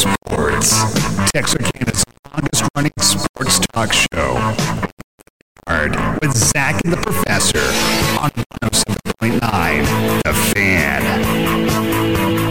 Sports, Texarkana's longest running sports talk show. Hard with Zach and the Professor on 107.9 The Fan.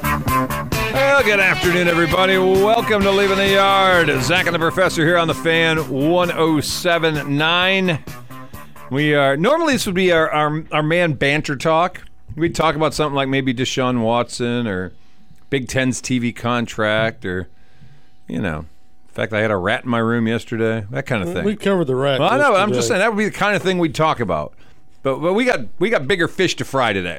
Well, good afternoon, everybody. Welcome to Leaving the Yard. Zach and the Professor here on the fan 1079. We are normally this would be our, our our man banter talk. We talk about something like maybe Deshaun Watson or Big Ten's TV contract or you know. In fact, I had a rat in my room yesterday. That kind of thing. We covered the rack. Well, I know. I'm just saying yesterday. that would be the kind of thing we'd talk about. But but we got we got bigger fish to fry today.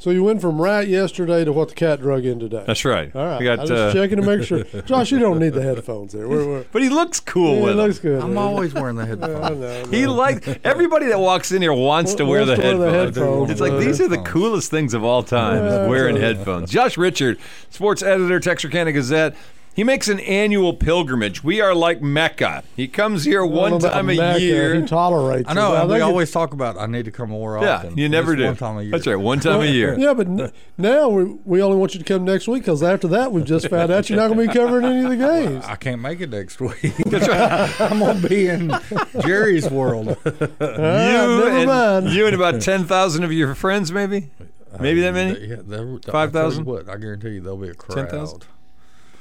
So you went from rat yesterday to what the cat drug in today. That's right. All right. We got. I'm just uh, checking to make sure. Josh, you don't need the headphones there. We're, we're, but he looks cool yeah, with it them. looks good. I'm always wearing the headphones. He likes everybody that walks in here wants to wear the Wants to wear the headphones. headphones, It's like but- these are the coolest things of all time: Yeah. wearing headphones. Josh Richard, sports editor, Texarkana Gazette. He makes an annual pilgrimage. We are like Mecca. He comes here one time a year. uh, He tolerates. I know, it. and we think it- always talk about I need to come more Yeah, often. you never Just do. One time a year. That's right, one time a year. Yeah, but n- now we, we only want you to come next week because after that we've just found out you're not going to be covering any of the games. I can't make it next week. I'm gonna be in Jerry's world. All right, You never and, mind. you and about ten thousand of your friends, maybe, maybe that many. Yeah, they'll- 5,000? I tell you What I guarantee you, there'll be a crowd. 10,000?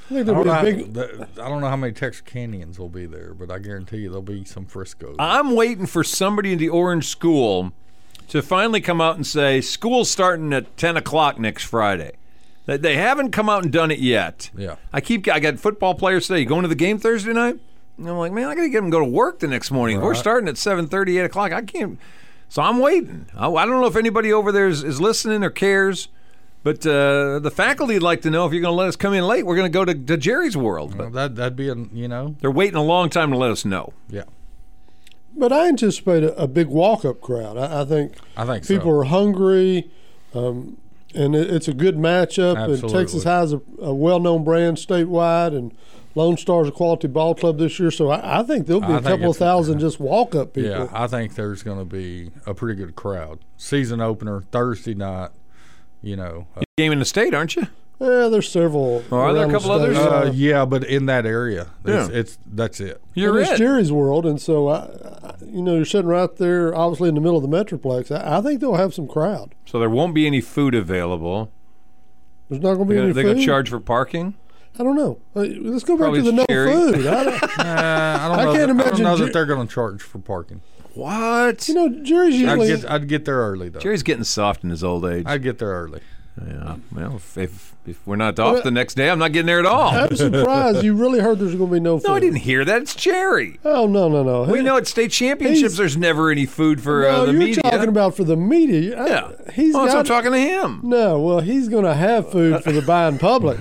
I think I there'll don't, be a know how, big. the- I don't know how many Texarkanians will be there, but I guarantee you there'll be some Frisco. I'm waiting for somebody in the Orange School to finally come out and say school's starting at 10 o'clock next Friday. They- They haven't come out and done it yet. Yeah. I keep. I got football players say, "You going to the game Thursday night?" And I'm like, "Man, I got to get them to go to work the next morning. We're starting at 7:30, 8 o'clock. I can't." So I'm waiting. I, I don't know if anybody over there is, is listening or cares, but uh, the faculty'd like to know if you're going to let us come in late. We're going to go to, to Jerry's World. But Well, that that'd be an you know they're waiting a long time to let us know. yeah. But I anticipate a, a big walk-up crowd. I, I think. I think so. people are hungry, um, and it, it's a good matchup. And Absolutely. Texas High is a, a well-known brand statewide, and Lone Star is a quality ball club this year. So I, I think there'll be a I think couple of it's- thousand just walk-up people. Yeah, I think there's going to be a pretty good crowd. Season opener Thursday night. You know, uh, Game in the state, aren't you? Yeah, there's several. Are there a around the couple others? state. uh, Uh, yeah, but in that area, it's, Yeah. it's that's it. You're and in. it's Jerry's world, and so I, I, you know, you're sitting right there, obviously in the middle of the metroplex. I, I think they'll have some crowd. So there won't be any food available. There's not going to be They're any going to food. charge for parking. I don't know. Uh, Let's go back Probably to the no Jerry. food. I don't, Uh, I can't I don't know. that, I don't imagine know Jer- that they're going to charge for parking. What? you know, Jerry's I'd usually get I'd get there early though. Jerry's getting soft in his old age. I'd get there early. yeah. Well, if, if if we're not off the next day, I'm not getting there at all. I'm surprised you really heard there's going to be no food. No, I didn't hear that. It's Jerry. Oh no no no! We know at state championships, He's- there's never any food for No, uh, the you're media. talking about for the media. I- yeah. he's well, that's what got. I'm talking to him. no, well, he's going to have food for the buying public.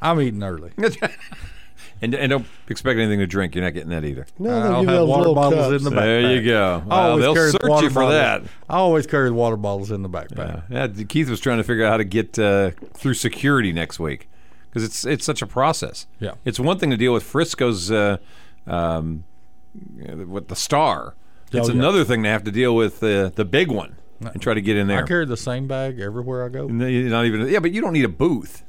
I'm eating early. and and don't expect anything to drink. You're not getting that either. No, they'll I'll give you have those water little bottles cups. in the backpack. There you go. I Wow, always they'll carry search water you for bottles. that. I always carry water bottles in the backpack. Yeah. yeah. Keith was trying to figure out how to get uh, through security next week because it's it's such a process. Yeah. it's one thing to deal with Frisco's uh, um, you know, with the star. It's yeah. another thing to have to deal with uh, the big one and try to get in I there. carry the same bag everywhere I go. No, you're Not even yeah, but you don't need a booth.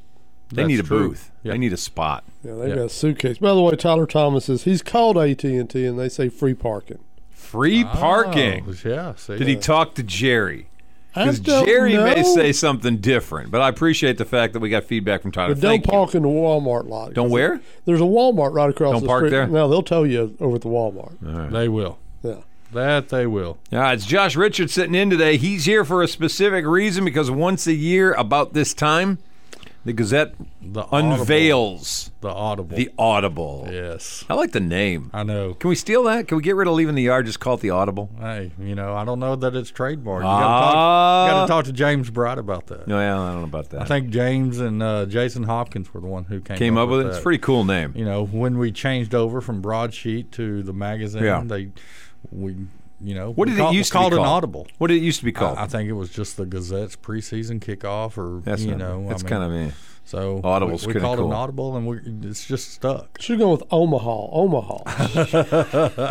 They That's need a true. booth. Yeah. They need a spot. Yeah, they've Yeah. got a suitcase. By the way, Tyler Thomas says he's called AT and T, and they say free parking. Free parking. Oh, yeah. See, Did he talk to Jerry? I Because don't Jerry may know, say something different, but I appreciate the fact that we got feedback from Tyler. but don't Thank you. park in the Walmart lot. Don't where? There's a Walmart right across Don't the park street. there? No, they'll tell you over at the Walmart. They will. Yeah. That they will. Yeah, it's Josh Richards sitting in today. He's here for a specific reason because once a year, about this time, the Gazette The unveils audible. the audible. the Audible. yes, I like the name. I know. Can we steal that? Can we get rid of leaving the yard? Just call it the Audible. Hey, you know, I don't know that it's trademarked. You Ah. got to talk to James Bright about that. No, yeah, I don't know about that. I think James and uh, Jason Hopkins were the one who came Came up with it. that. It's a pretty cool name. You know, when we changed over from broadsheet to the magazine, Yeah. they we you know, What we did call- it we used to called be called? an audible. What did it used to be called? I, I think it was just the Gazette's preseason kickoff, or that's you not- know, that's I mean, kind of eh. so Audible's We, we kinda called it cool. an audible, and we, it's just stuck. Should have gone with Omaha. Omaha.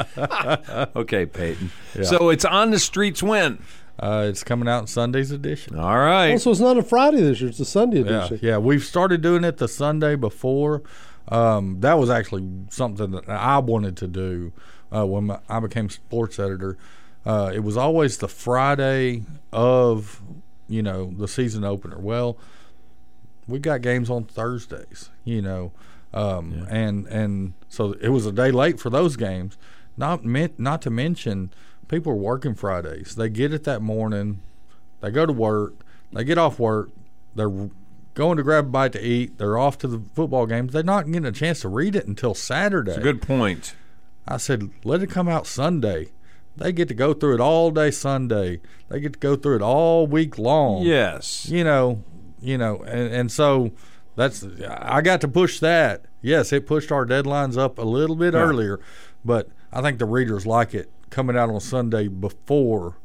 okay, Peyton. So it's on the streets when. Uh, it's coming out in Sunday's edition. All right. also, it's not a Friday this year. It's a Sunday Yeah, edition. yeah. We've started doing it the Sunday before. Um, that was actually something that I wanted to do uh, when my, I became sports editor. Uh, it was always the Friday of, you know, the season opener. Well, we got games on Thursdays, you know, um, and and so it was a day late for those games. Not meant, not to mention, people are working Fridays. They get it that morning, they go to work, they get off work, they're going to grab a bite to eat, they're off to the football games. They're not getting a chance to read it until Saturday. Good point. I said, let it come out Sunday. They get to go through it all day Sunday. They get to go through it all week long Yes. you know, you know, and, and so that's I got to push that. Yes, it pushed our deadlines up a little bit earlier, but I think the readers like it coming out on Sunday before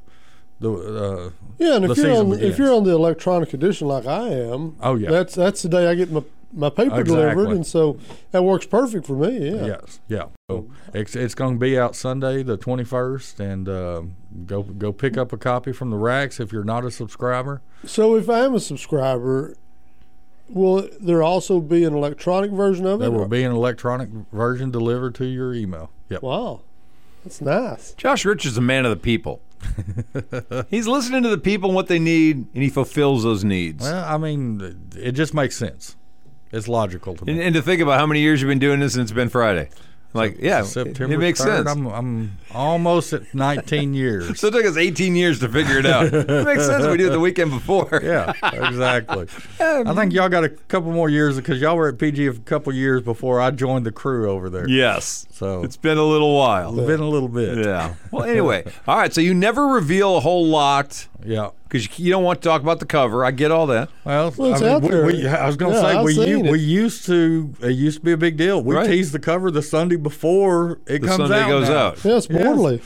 the. Uh, Yeah, and The if you're season on begins. if you're on the electronic edition like I am, Oh, yeah. that's that's the day I get my my paper delivered, Exactly. and so that works perfect for me. Yeah, Yes, yeah. So it's it's going to be out Sunday the twenty first, and uh, go go pick up a copy from the racks if you're not a subscriber. So if I am a subscriber, will there also be an electronic version of it? There or- will be an electronic version delivered to your email. Yep. Wow, that's nice. Josh Rich is a man of the people. He's listening to the people and what they need, and he fulfills those needs. Well, I mean, it just makes sense. It's logical to me. and, and to think about how many years you've been doing this, and it's been Friday. Like, yeah, it- September it makes 3rd, sense. I'm, I'm almost at 19 years. so it took us 18 years to figure it out. it makes sense we did it the weekend before. yeah, exactly. I think y'all got a couple more years because y'all were at PG a couple years before I joined the crew over there. Yes. So It's been a little while. it's been a little bit. Yeah. Well, anyway, all right. So you never reveal a whole lot Yeah. because you, you don't want to talk about the cover. I get all that. Well, Well, it's I, mean, out we- there. we- I was going to Yeah, say I've we, u- seen it. we used to it used to be a big deal. We Right. tease the cover the Sunday before it The comes Sunday out. goes now. out. Yeah, it's Yes. Borderly.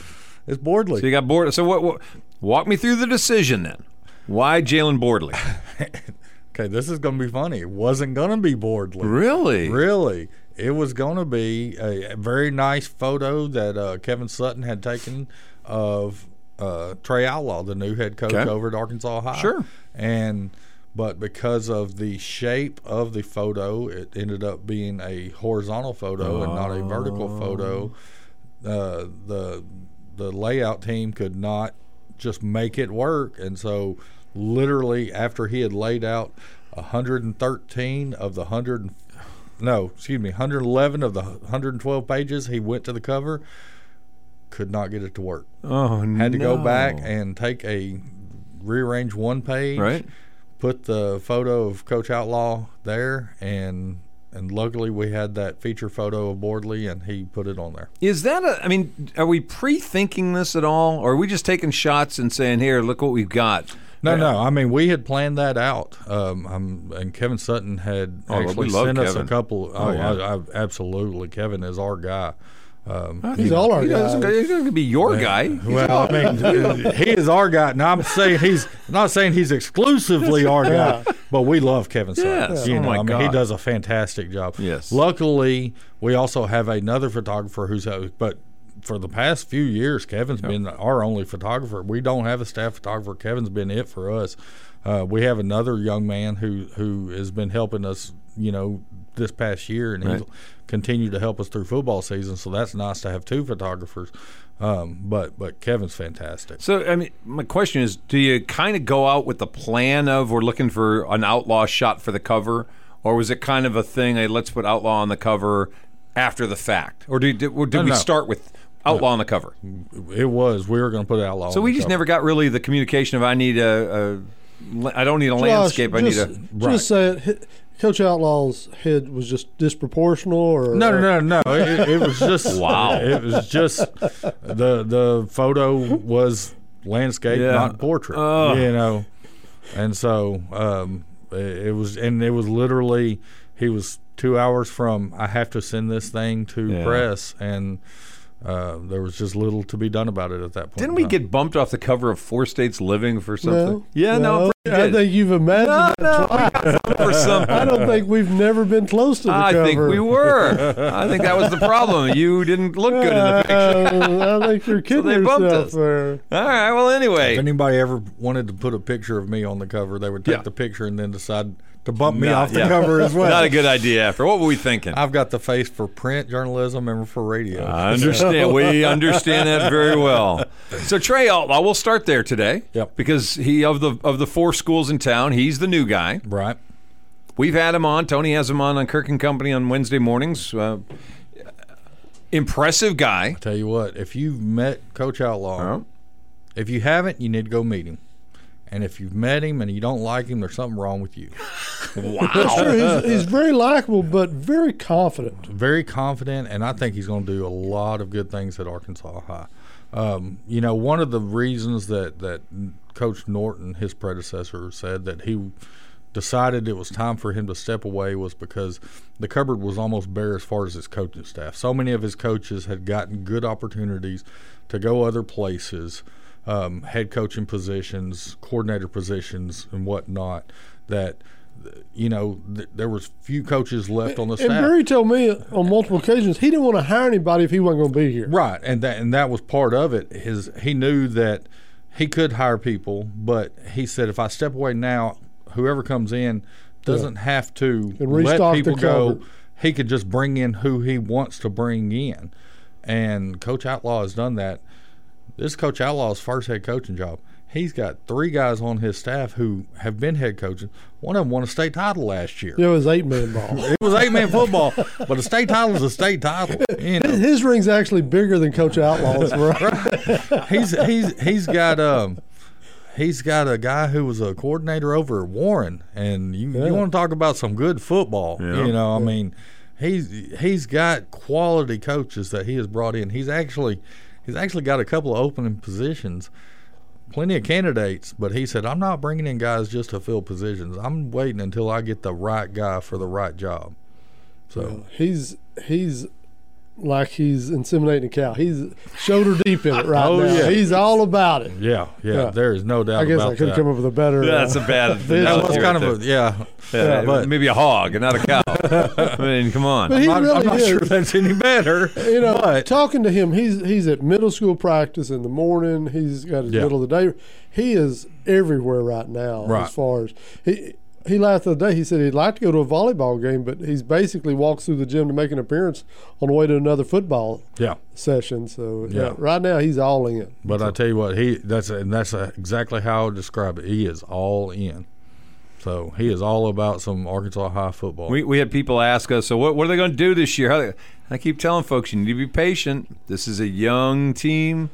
It's Boardley. So you got bored. So what, what? Walk me through the decision then. Why Jalen Boardley? okay, this is going to be funny. It wasn't going to be Boardley. Really? Really, it was going to be a, a very nice photo that uh, Kevin Sutton had taken of uh, Trey Outlaw, the new head coach Okay. over at Arkansas High. Sure. And but because of the shape of the photo, it ended up being a horizontal photo and not a vertical photo. Uh, the the layout team could not just make it work, and so literally after he had laid out 113 of the 100 and- no, excuse me, 111 of the 112 pages, he went to the cover, could not get it to work. Oh no. Had to go back and take a rearrange one page, Right. put the photo of Coach Outlaw there, and and luckily we had that feature photo of Boardley, and he put it on there. Is that a? I mean, are we pre-thinking this at all, or are we just taking shots and saying, "Here, look what we've got"? No, no. I mean, we had planned that out. Um, um, and Kevin Sutton had Oh, actually we love sent us a Kevin. couple. Oh, yeah. I, I, absolutely. Kevin is our guy. Um, He's all our He doesn't- guys. He's going to be your guy. Well, I mean, he is our guy. Now I'm saying he's not saying he's exclusively our guy, but we love Kevin Sutton. Yes. You Oh, know, my I mean, he God. does a fantastic job. Yes. Luckily, we also have another photographer who's uh, but for the past few years, Kevin's been our only photographer. We don't have a staff photographer. Kevin's been it for us. Uh, we have another young man who who has been helping us. You know, this past year, and he's Right. continued to help us through football season. So that's nice to have two photographers. Um, but but Kevin's fantastic. So, I mean, my question is: Do you kind of go out with the plan of we're looking for an outlaw shot for the cover, or was it kind of a thing? Hey, let's put outlaw on the cover after the fact, or did, did, or did No, we no. start with outlaw on the cover? It was. We were going to put outlaw. So we just never got really the communication of I need a, a la- I don't need a landscape. I Josh, need just, a Right. just say it. Hi- Coach Outlaw's head was just disproportional, or No, no, no, no. It, it- it was just Wow. It was just the the photo was landscape, Yeah. not portrait. Ugh. You know, and so um, it, it was, and it was literally he was two hours from I have to send this thing to Yeah. press, and uh, there was just little to be done about it at that point. Didn't in we time. get bumped off the cover of Four States Living for something? No, yeah, no, I'm pretty I good. think you've imagined no, it no, we got bumped for something. I don't think we've never been close to the I cover. think we were. I think that was the problem. You didn't look good in the picture. Uh, I think you're kidding they bumped yourself us. there. All right. Well, If anyway, anybody ever wanted to put a picture of me on the cover, they would take Yeah. the picture and then decide to bump me Nah, off the yeah. cover as well. not a good idea. After what were we thinking? I've got the face for print journalism and for radio. I understand. we understand that very well. So Trey, I'll, I will start there today. Yep. Because he of the of the four schools in town, he's the new guy. right. We've had him on. Tony has him on on Kirk and Company on Wednesday mornings. Uh, impressive guy. Tell you what, if you've met Coach Outlaw, Uh-huh. if you haven't, you need to go meet him. And if you've met him and you don't like him, there's something wrong with you. That's true. He's, he's very likable, but very confident. very confident, and I think he's going to do a lot of good things at Arkansas High. Um, you know, one of the reasons that that Coach Norton, his predecessor, said that he decided it was time for him to step away was because the cupboard was almost bare as far as his coaching staff. So many of his coaches had gotten good opportunities to go other places, um, head coaching positions, coordinator positions, and whatnot. That you know, th- there was few coaches left on the staff. And Barry told me on multiple occasions he didn't want to hire anybody if he wasn't going to be here. Right, and that and that was part of it. His he knew that he could hire people, but he said if I step away now, whoever comes in doesn't have to And restock let the people go. cupboard. He could just bring in who he wants to bring in, and Coach Outlaw has done that. This is Coach Outlaw's first head coaching job. He's got three guys on his staff who have been head coaching. One of them won a state title last year. It was eight man ball. It was eight man football, but a state title is a state title. You know. His ring's actually bigger than Coach Outlaw's. Right? he's he's he's got um he's got a guy who was a coordinator over at Warren, and you, you want to talk about some good football? You know, I mean, he's he's got quality coaches that he has brought in. He's actually he's actually got a couple of opening positions. Plenty of candidates, but he said, I'm not bringing in guys just to fill positions. I'm waiting until I get the right guy for the right job. So, He's he's like he's inseminating a cow. He's shoulder deep in it right Oh, now. yeah. He's all about it. yeah, yeah, Yeah. there is no doubt I guess about I could that. have come up with a better. Yeah, That's uh, a bad. That that was here kind at of a, the- yeah. yeah, but- maybe a hog and not a cow. I mean, come on. but he I'm, really I'm not is. sure that's any better. you know, but talking to him, he's he's at middle school practice in the morning. He's got his Yeah. middle of the day. He is everywhere right now Right. as far as he. He laughed the other day. He said he'd like to go to a volleyball game, but he's basically walks through the gym to make an appearance on the way to another football yeah, session. So yeah, Yeah. right now he's all in. but I tell you what, he that's and that's uh, exactly how I would describe it. He is all in. So he is all about some Arkansas high football. We, we had people ask us, so what, what are they going to do this year? How they, I keep telling folks, you need to be patient. This is a young team.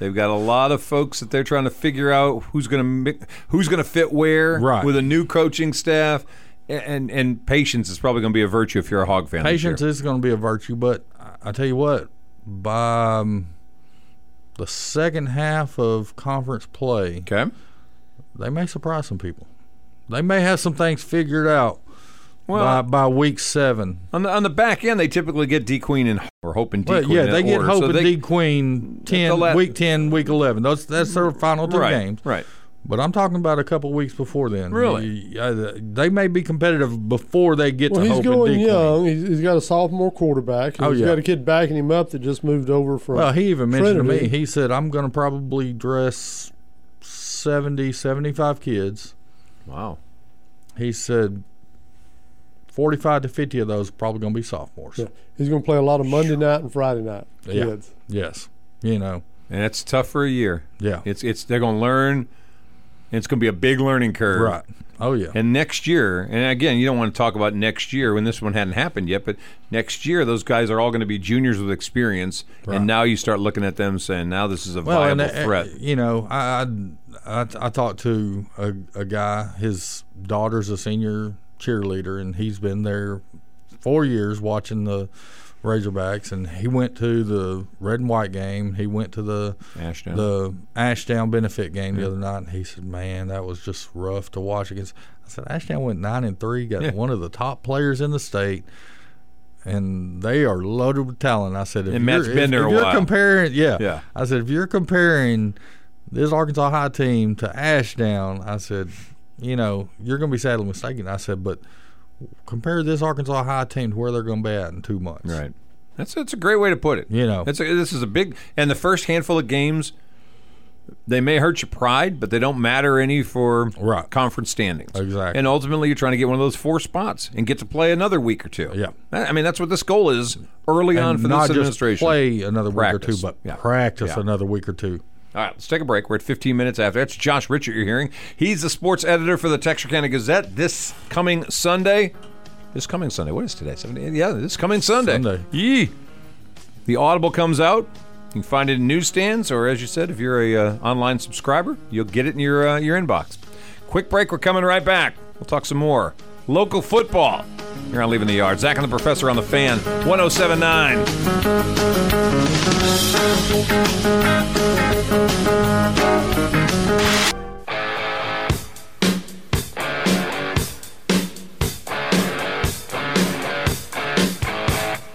They've got a lot of folks that they're trying to figure out who's going to who's going to fit where Right. with a new coaching staff, A- and and patience is probably going to be a virtue if you're a hog fan. this Patience year. is going to be a virtue, but I- I tell you what, by um, the second half of conference play, okay. they may surprise some people. They may have some things figured out Well, by by week seven. on the on the back end, they typically get D Queen and Ho- or Hope and D Well, Queen. yeah, in they get order. Hope So and they- D Queen the ten la- week ten week eleven. Those that's their final two right, games. Right. But I'm talking about a couple weeks before then. Really? You- uh, they may be competitive before they get Well, to he's Hope and going D Queen. young. He's, he's got a sophomore quarterback. He's Oh, yeah. got a kid backing him up that just moved over from. Well, he even mentioned to me, Trinity. he said, I'm going to probably dress 70, 75 kids. Wow. He said 45 to 50 of those are probably going to be sophomores. Yeah. He's going to play a lot of Monday night and Friday night Yeah. kids. Yes. You know, And it's tough for a year. yeah. It's it's they're going to learn. and It's going to be a big learning curve. right. Oh, yeah. And next year, and again, you don't want to talk about next year when this one hadn't happened yet, but next year those guys are all going to be juniors with experience, Right. and now you start looking at them saying, now this is a well, and, viable uh, threat. You know, I I, I, I talked to a, a guy. His daughter's a senior cheerleader, and he's been there four years watching the Razorbacks. And he went to the red and white game. He went to the Ashdown. the Ashdown benefit game the other night, and he said, "Man, that was just rough to watch against." I said, "Ashdown went nine and three, got one of the top players in the state." and they are loaded with talent. I said, if And Matt's you're, been if, there if a you're while. comparing, yeah, Yeah. I said, if you're comparing this Arkansas high team to Ashdown, I said, you know, you're going to be sadly mistaken. I said, but compare this Arkansas high team to where they're going to be at in two months. Right. That's that's a great way to put it. You know. that's a, this is a big and the first handful of games. They may hurt your pride, but they don't matter any for Right. conference standings. Exactly. And ultimately, you're trying to get one of those four spots and get to play another week or two. Yeah. I I mean, that's what this goal is early And on for not this just administration. play another week or Practice. two, but Yeah. practice Yeah. another week or two. All right, let's take a break. We're at 15 minutes after. That's Josh Richard you're hearing. He's the sports editor for the Texarkana Gazette this coming Sunday. This coming Sunday. What is today? 17? Yeah, this coming Sunday. Sunday. Yee. The Audible comes out. You can find it in newsstands, or as you said, if you're a uh, online subscriber, you'll get it in your uh, your inbox. Quick break. We're coming right back. We'll talk some more local football. You're on leaving the yard. Zach and the professor on the fan. 1079.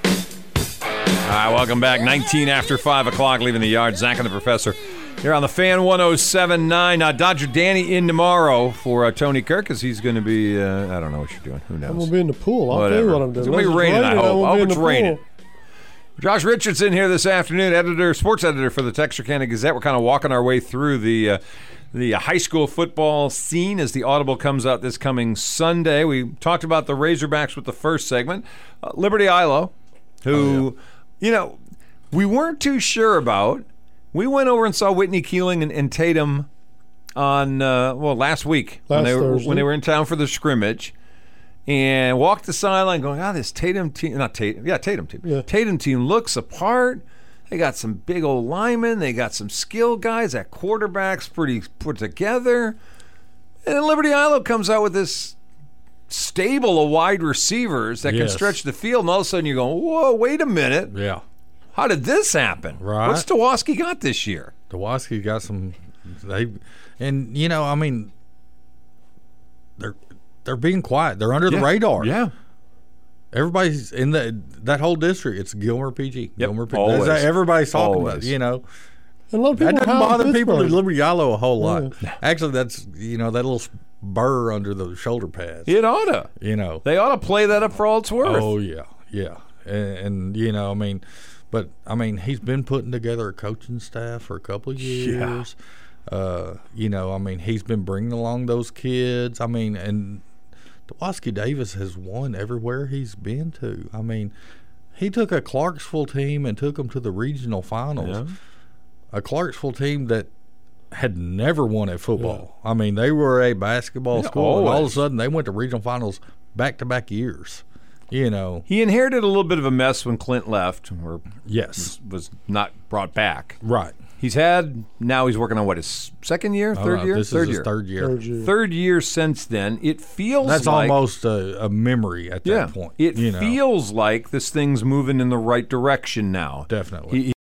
All right, welcome back. 19 after 5 o'clock, leaving the yard. Zach and the professor. You're on the fan 1079. Uh, Dodger Danny in tomorrow for uh, Tony Kirk because he's going to be, uh, I don't know what you're doing. Who knows? I'm gonna be in the pool. I'll tell Whatever. you what I'm doing. It's gonna be Unless raining, I I'm hope. gonna I hope Oh, be in it's the pool. raining. Josh Richardson here this afternoon, editor, sports editor for the Texarkana Gazette. We're kind of walking our way through the uh, the high school football scene as the Audible comes out this coming Sunday. We talked about the Razorbacks with the first segment. Uh, Liberty Ilo, Oh, who, you know, we weren't too sure about. We went over and saw Whitney Keeling and, and Tatum on uh, well last week when Last they were, when Thursday. they were in town for the scrimmage and walked the sideline going, ah, this Tatum team, not Tatum, yeah, Tatum team. Yeah. Tatum team looks apart. They got some big old linemen. They got some skill guys. That quarterback's pretty put together. And then Liberty Island comes out with this stable of wide receivers that can Yes. stretch the field. And all of a sudden you're going, whoa, wait a minute. Yeah. How did this happen? Right. What's Dawoski got this year? Dawoski got some. They and you know, I mean, they're they're being quiet. They're under the radar. everybody's in the that whole district. It's Gilmer PG. Gilmer PG. That's- always. Everybody's talking Always. about. You know, And a lot of people that doesn't are high on bother people in Pittsburgh. Liberty Yellow a whole lot. Actually, that's you know that little burr under the shoulder pads. It oughta. You know. They oughta play that up for all it's worth. Oh yeah, yeah, and, and you know, I mean, but I mean, he's been putting together a coaching staff for a couple of years. Uh, you know, I mean, he's been bringing along those kids. I mean, and Dwosky Davis has won everywhere he's been to. I mean, he took a Clarksville team and took them to the regional finals. A Clarksville team that had never won at football. I mean, they were a basketball school, and all of a always. sudden they went to regional finals back to back years. You know, He inherited a little bit of a mess when Clint left or yes, was not brought back. right. He's had now he's working on what his second year, third Uh, year, This third is his year, third year. Third year. Third year since then. It feels That's like, almost a, a memory at yeah. that point. It you know. feels like this thing's moving in the right direction now. Definitely. He- he-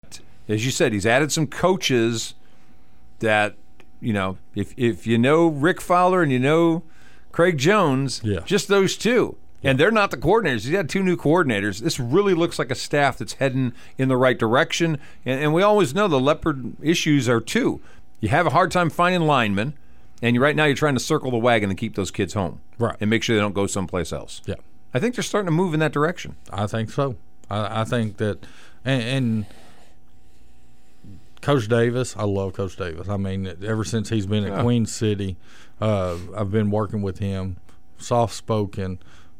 as you said, he's added some coaches that you know. If if you know Rick Fowler and you know Craig Jones, Yeah. just those two. And they're not the coordinators. He's had two new coordinators. This really looks like a staff that's heading in the right direction. And, and we always know the leopard issues are two. You have a hard time finding linemen, and you, right now you're trying to circle the wagon and keep those kids home, Right. And make sure they don't go someplace else. yeah, I think they're starting to move in that direction. I think so. I, I think that, and, and Coach Davis, I love Coach Davis. I mean, ever since he's been at Queen City, uh, I've been working with him. Soft spoken,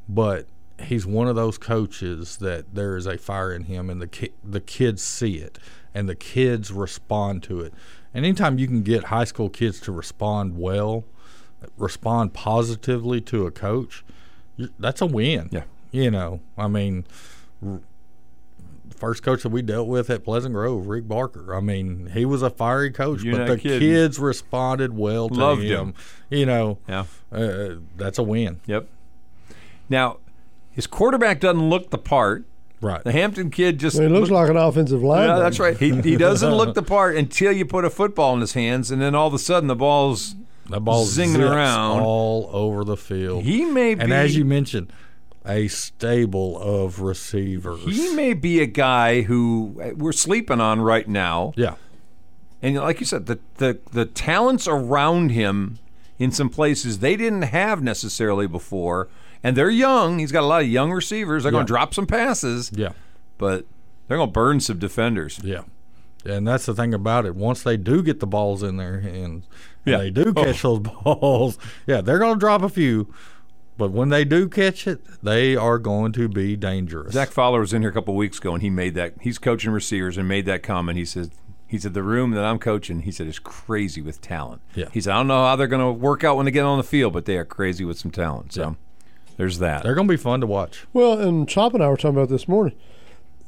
but he's one of those coaches that there is a fire in him, and the ki- the kids see it, and the kids respond to it. And anytime you can get high school kids to respond well, respond positively to a coach, you- that's a win. Yeah. you know, I mean first coach that we dealt with at Pleasant Grove, Rick Barker. I mean, he was a fiery coach, You're but not the kidding. kids responded well to Loved him. him. You know, Yeah. uh, that's a win, Yep. Now, his quarterback doesn't look the part. right? The Hampton kid just He looks like an offensive lineman. Yeah, that's right. He, he doesn't look the part until you put a football in his hands, and then all of a sudden the ball's. That ball Zinging zips around. all over the field. He may be. and as you mentioned, a stable of receivers. He may be a guy who we're sleeping on right now. yeah. And like you said, the, the, the talents around him in some places they didn't have necessarily before. And they're young. He's got a lot of young receivers. They're going to drop some passes, Yeah. but they're going to burn some defenders. Yeah. And that's the thing about it. Once they do get the balls in their hands, and Yeah. they do catch those balls, yeah, they're going to drop a few. But when they do catch it, they are going to be dangerous. Zach Fowler was in here a couple weeks ago, and he made that. He's coaching receivers, and made that comment. He said, "He said the room that I'm coaching, he said, is crazy with talent. Yeah. He said, I don't know how they're going to work out when they get on the field, but they are crazy with some talent. So, there's that. They're going to be fun to watch. Well, and Chop and I were talking about this morning.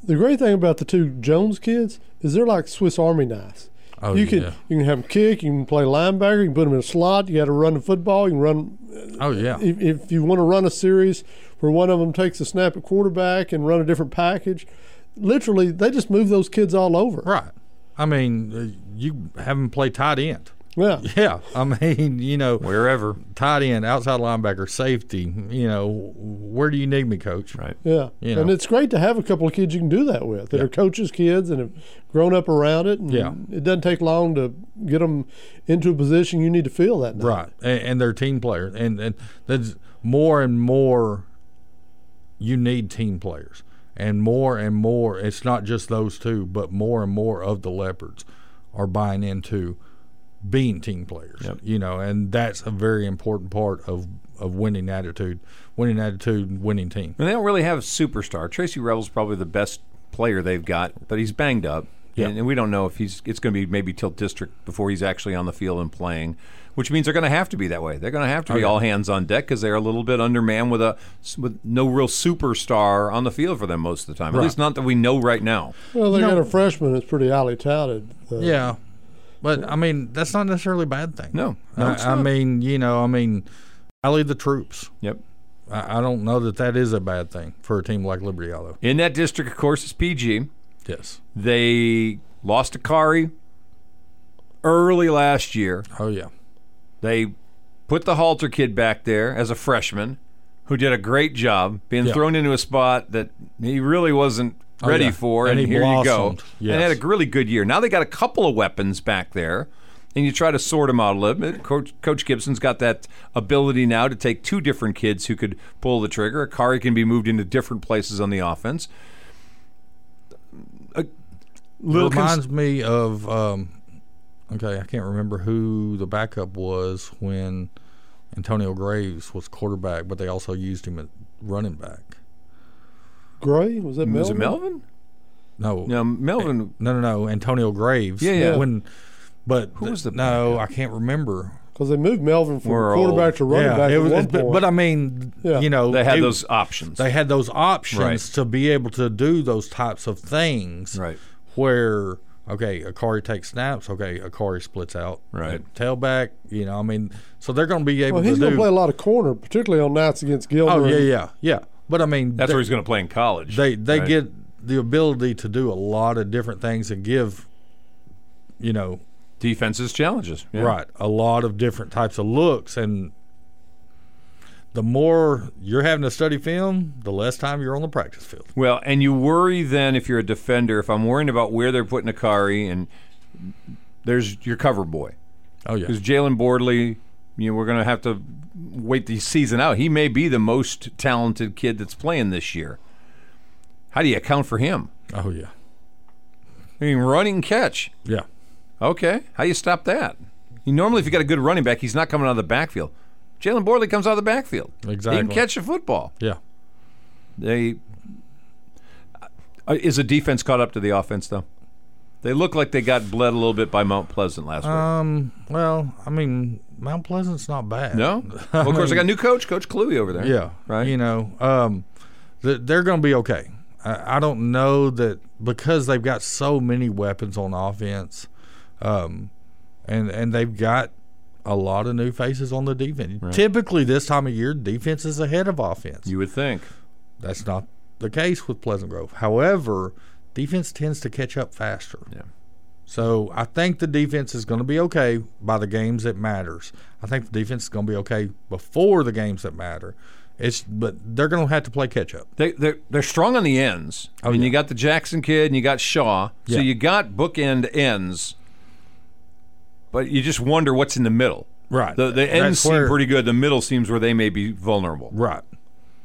The great thing about the two Jones kids is they're like Swiss Army knives. Oh, you can yeah. you can have them kick, you can play linebacker, you can put them in a slot. You got to run the football. You can run Oh, yeah. if, if you want to run a series where one of them takes a snap at quarterback and run a different package. Literally, they just move those kids all over. Right. I mean, uh, you have them play tight end. Yeah, Yeah. I mean, you know, Wherever, tight end, outside linebacker, safety, you know, where do you need me, coach? right? yeah. You And know. it's great to have a couple of kids you can do that with that are coaches' kids and have grown up around it. And Yeah. it doesn't take long to get them into a position you need to fill that night. right and, and they're team players and, and that's more and more you need team players and more and more it's not just those two but more and more of the leopards are buying into being team players you know and that's a very important part of of winning attitude winning attitude winning team And they don't really have a superstar. Tracy Rebel's probably the best player they've got, but he's banged up. Yeah. And, and we don't know if he's it's going to be maybe till district before he's actually on the field and playing, which means they're going to have to be that way. They're going to have to be all hands on deck because they're a little bit undermanned with a with no real superstar on the field for them most of the time. At least not that we know right now. Well, they You know- got a freshman that's pretty highly touted. Uh, yeah but i mean that's not necessarily a bad thing No, no, I, it's I not. mean you know i mean rally the troops Yep. I, I don't know that that is a bad thing for a team like Liberty Yellow. In that district, of course, it's PG. Yes. They lost to Kari early last year. Oh yeah. They put the halter kid back there as a freshman who did a great job being Yeah. Oh, thrown into a spot that he really wasn't ready yeah. for. And, And he here you blossomed. go. And had Yes. a really good year. Now they got a couple of weapons back there. And you try to sort them out a little bit. Coach, Coach Gibson's got that ability now to take two different kids who could pull the trigger. Akari can be moved into different places on the offense. A little cons- Reminds me of um, okay, I can't remember who the backup was when Antonio Graves was quarterback, but they also used him at running back. Gray was Mm, that Melvin? was it Melvin? No. No, Melvin No. No. no, Antonio Graves. Yeah, yeah. When, but who was the no? I can't remember. Because they moved Melvin from We're quarterback old. to running yeah. back it at was, one but, point. but uh, I mean, Yeah. you know, they had it- those options. They had those options Right. to be able to do those types of things. Right. Where okay, Akari takes snaps. Okay, Akari splits out. Right. at Tailback. You know, I mean, so they're going to be able well, he's to going to do. play a lot of corner, particularly on nights against Gilbert. oh yeah, yeah, yeah. But I mean, That's they where he's going to play in college. they, they right? get the ability to do a lot of different things and give, you know, defenses challenges. Yeah. Right. A lot of different types of looks. And the more you're having to study film, the less time you're on the practice field. Well, and you worry then if you're a defender, if I'm worrying about where they're putting Akari and there's your cover boy. Oh, yeah. Because Jalen Bordley, you know, we're going to have to wait the season out. He may be the most talented kid that's playing this year. How do you account for him? Oh, yeah. I mean, running catch. Yeah. Okay. How you stop that? You, normally, if you got a good running back, he's not coming out of the backfield. Jalen Borley comes out of the backfield. He Exactly. can catch a football. Yeah. They uh, is the defense caught up to the offense though? They look like they got bled a little bit by Mount Pleasant last Um, well, I mean, Mount Pleasant's not bad. week. No, well, of course they got a new coach, Coach Cluey over there. Yeah. right. You know, um, th- they're going to be okay. I-, I don't know that because they've got so many weapons on offense, um, and and they've got a lot of new faces on the defense. Typically, this time of year, defense is ahead of offense. you would think. That's not the case with Pleasant Grove. However, defense tends to catch up faster. Yeah. So I think the defense is going to be okay by the games that matters. I think the defense is going to be okay before the games that matter, It's but they're going to have to play catch up. They, they're, they're strong on the ends. I mean, you got the Jackson kid and you got Shaw. So Oh, Yeah. you got bookend ends, but you just wonder what's in the middle. Right. The, the That's ends seem where- pretty good. The middle seems where they may be vulnerable. Right.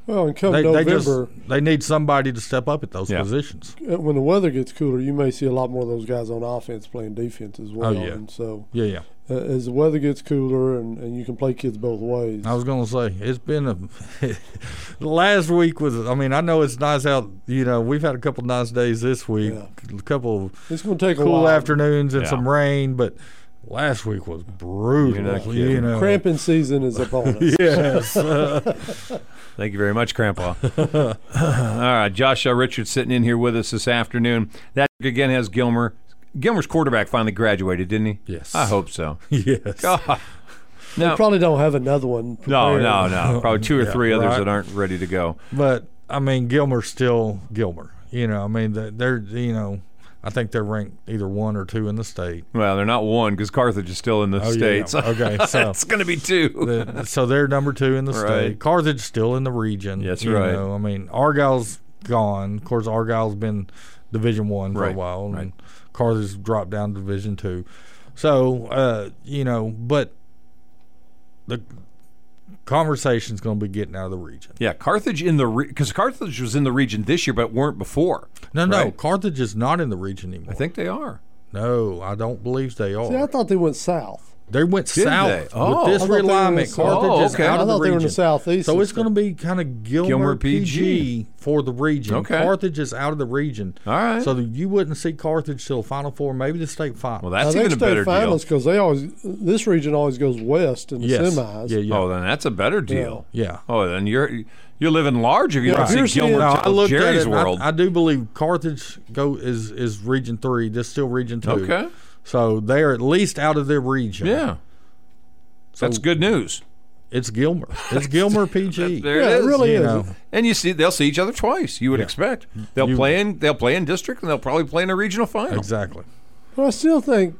Well, and come They, they just November, they need somebody to step up at those Yeah. positions. uh, when the weather gets cooler, you may see a lot more of those guys on offense playing defense as well. Oh, yeah. And so Yeah, yeah. uh, as the weather gets cooler and, and you can play kids both ways. I was gonna say it's been a last week was. I mean, I know it's nice out. You know, we've had a couple nice days this week, a couple of it's going to take a cool while. afternoons and Yeah. some rain, but last week was brutal. You're not kidding. you know, Cramping season is upon us. Yes. Uh, Thank you very much, Grandpa. All right, Joshua Richards sitting in here with us this afternoon. That again has Gilmer. Gilmer's quarterback finally graduated, didn't he? Yes. I hope so. yes. God. No, Probably don't have another one. no, prepared. no, no. Probably two or Yeah, three others right. that aren't ready to go. But I mean, Gilmer's still Gilmer. You know, I mean, they- they're you know, I think they're ranked either one or two in the state. Well, they're not one because Carthage is still in the Oh, yeah, states. yeah. Okay, so- it's going to be two. The- so they're number two in the Right. state. Carthage's still in the region. That's you right. Know, I mean, Argyle's gone. Of course, Argyle's been Division One for Right, a while, right. and Carthage's dropped down to Division Two. So uh, you know, but the conversation's going to be getting out of the region. Yeah, Carthage in the because Carthage was in the region this year, but weren't before. No, no, Right. Carthage is not in the region anymore. I think they are. no, I don't believe they are. See, I thought they went south. They went Did south they? Oh. with I this thought they were in the realignment. south. Carthage Oh, is okay. out I of the thought they were in the region. southeast. So it's going to be kind of Gilmer, Gilmer PG. PG. for the region. Okay. Carthage is out of the region. All right. So that you wouldn't see Carthage till Final Four, maybe the state final. Well, Now, that's they even a stay better deal. finalists because they always this region always goes west in the yes. semis. Yeah, yeah. Oh, then that's a better deal. yeah. Oh, then you're you're living large if you Yeah, don't if you're see seeing- Gilmer Now, till I looked Jerry's at it. and I- world. I, do believe Carthage go is is Region Three. That's still Region Two. Okay. So they are at least out of their region. yeah, that's good news. It's Gilmer. It's Gilmer PG. There Yeah, it it is. really you is. know. And you see, they'll see each other twice. You would expect they'll You- play in they'll play in district, and they'll probably play in a regional final. Exactly. But I still think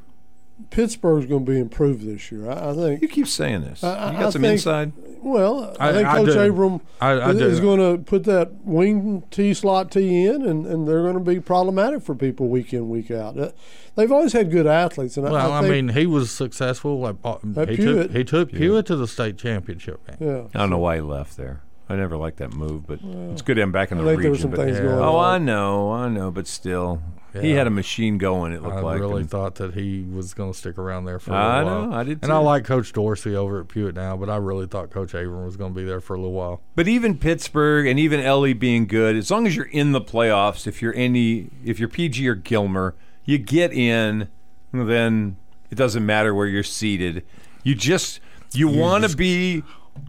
Pittsburgh's going to be improved this year. I, I think. You keep saying this. I- you I got some think- inside. Well, I, I- think I Coach do. Abram I- I is, do. going to put that wing T slot T in, and, and they're going to be problematic for people week in week out. Uh, They've always had good athletes, and I- Well, I, I, think, mean, he was successful. Like, uh, At he, Pewitt. took, he took Pewitt to the state championship game. yeah, I don't know why he left there. I never liked that move, but it's good to have him back in I the think there were region. some But, things yeah. going oh, I on. know, I know, but still, he Yeah. had a machine going. It looked I like. really and- thought that he was going to stick around there for a I little know, while. I did And I too. like Coach Dorsey over at Pewitt now, but I really thought Coach Abram was going to be there for a little while. but even Pittsburgh and even LE being good, as long as you're in the playoffs, if you're any, if you're PG or Gilmer, you get in. Then it doesn't matter where you're seated. You just you want to be.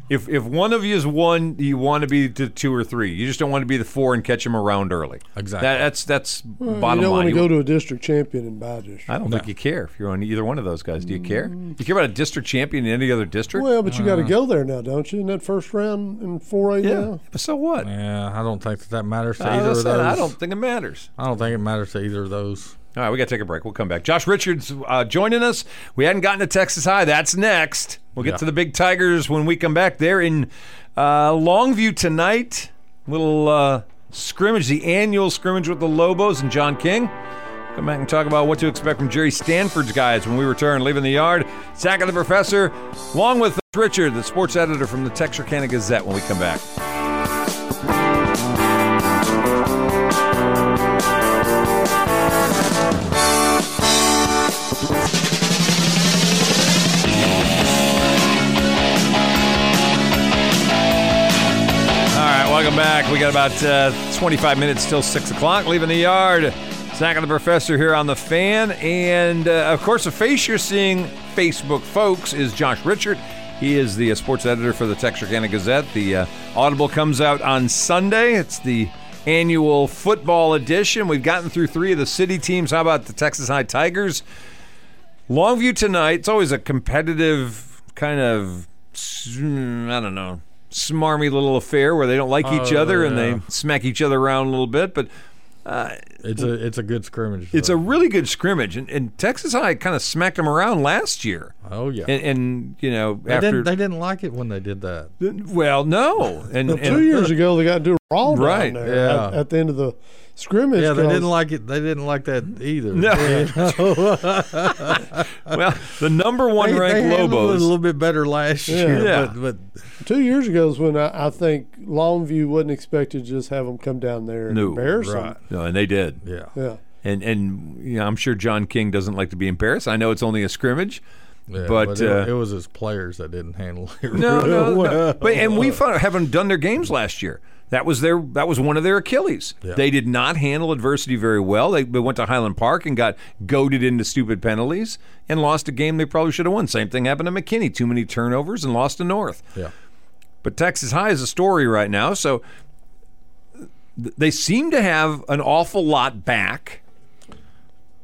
If if one of you is one, you want to be the two or three. You just don't want to be the four and catch them around early. Exactly. That, that's that's Hmm. you bottom don't line. want to You- go to a district champion in bad district. I don't think you care if you're on either one of those guys. Do you care? You care about a district champion in any other district? Hmm. Well, but you got to go there now, don't you? In that first round in four A yeah. now. But So what? Yeah, I don't think that that matters to I, either of listen, those. I don't think it matters. I don't think it matters to either of those. All right, we got to take a break. We'll come back. Josh Richards uh, joining us. We hadn't gotten to Texas High. That's next. We'll get Yeah. to the Big Tigers when we come back. They're in uh, Longview tonight. Little uh, scrimmage, the annual scrimmage with the Lobos and John King. Come back and talk about what to expect from Jerry Stanford's guys when we return. Leaving the yard, Sack of the Professor, along with Richard, the sports editor from the Texarkana Gazette, when we come back. All right, welcome back. We got about uh, 25 minutes till 6 o'clock, leaving the yard. Snack of the Professor here on The Fan. And, uh, of course, the face you're seeing, Facebook folks, is Josh Richard. He is the uh, sports editor for the Texarkana Gazette. The uh, Audible comes out on Sunday. It's the annual football edition. We've gotten through three of the city teams. How about the Texas High Tigers? Longview tonight. It's always a competitive kind of mm, I don't know smarmy little affair where they don't like each Oh, other and yeah. they smack each other around a little bit. But It's a it's a good scrimmage. It's though. a really good scrimmage, and, and Texas High kind of smacked them around last year. oh yeah. And, and you know, they, after didn't, they didn't like it when they did that. well, no, and, and Two years ago, they got into a brawl down Right, there yeah. at, at the end of the scrimmage. Yeah, they 'cause- didn't like it. They didn't like that either. No. Yeah. well, the number one they, they ranked handled it a Lobos. little bit better last year. Yeah. But, but Two years ago is when I, I think Longview wasn't expected to just have them come down there and No, embarrass right. them. No, and they did. Yeah. Yeah. And and you know, I'm sure John King doesn't like to be embarrassed. I know it's only a scrimmage, Yeah, but, it, uh, it was his players that didn't handle it. no, real no, no. well. But and we found, haven't done their games last year. That was their that was one of their Achilles. Yeah. They did not handle adversity very well. They, they went to Highland Park and got goaded into stupid penalties and lost a game they probably should have won. Same thing happened to McKinney. Too many turnovers and lost to North. Yeah. But Texas High is a story right now, so th- they seem to have an awful lot back.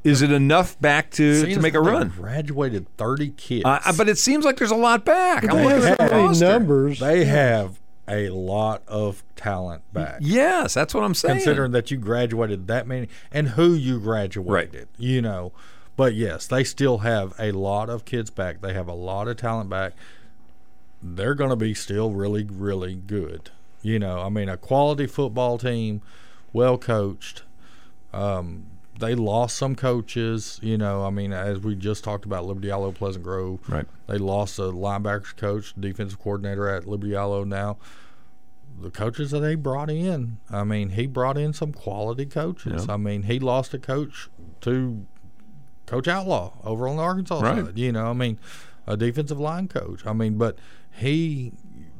Is it enough back to, Seems to make a like they run? Graduated 30 kids. Uh, but it seems like there's a lot back. I'm They looking at have the so many roster. numbers. they have a lot of talent back. Yes, that's what I'm saying. Considering that you graduated that many and who you graduated, you know. But yes, they still have a lot of kids back. They have a lot of talent back. They're going to be still really, really good. You know, I mean, a quality football team, well coached. Um, they lost some coaches. You know, I mean, as we just talked about Liberty Islo, Pleasant Grove. Right. They lost a linebackers coach, defensive coordinator at Liberty Islo now. The coaches that they brought in, I mean, he brought in some quality coaches. I mean, he lost a coach to Coach Outlaw over on the Arkansas Right. side. You know, I mean, a defensive line coach. I mean, but he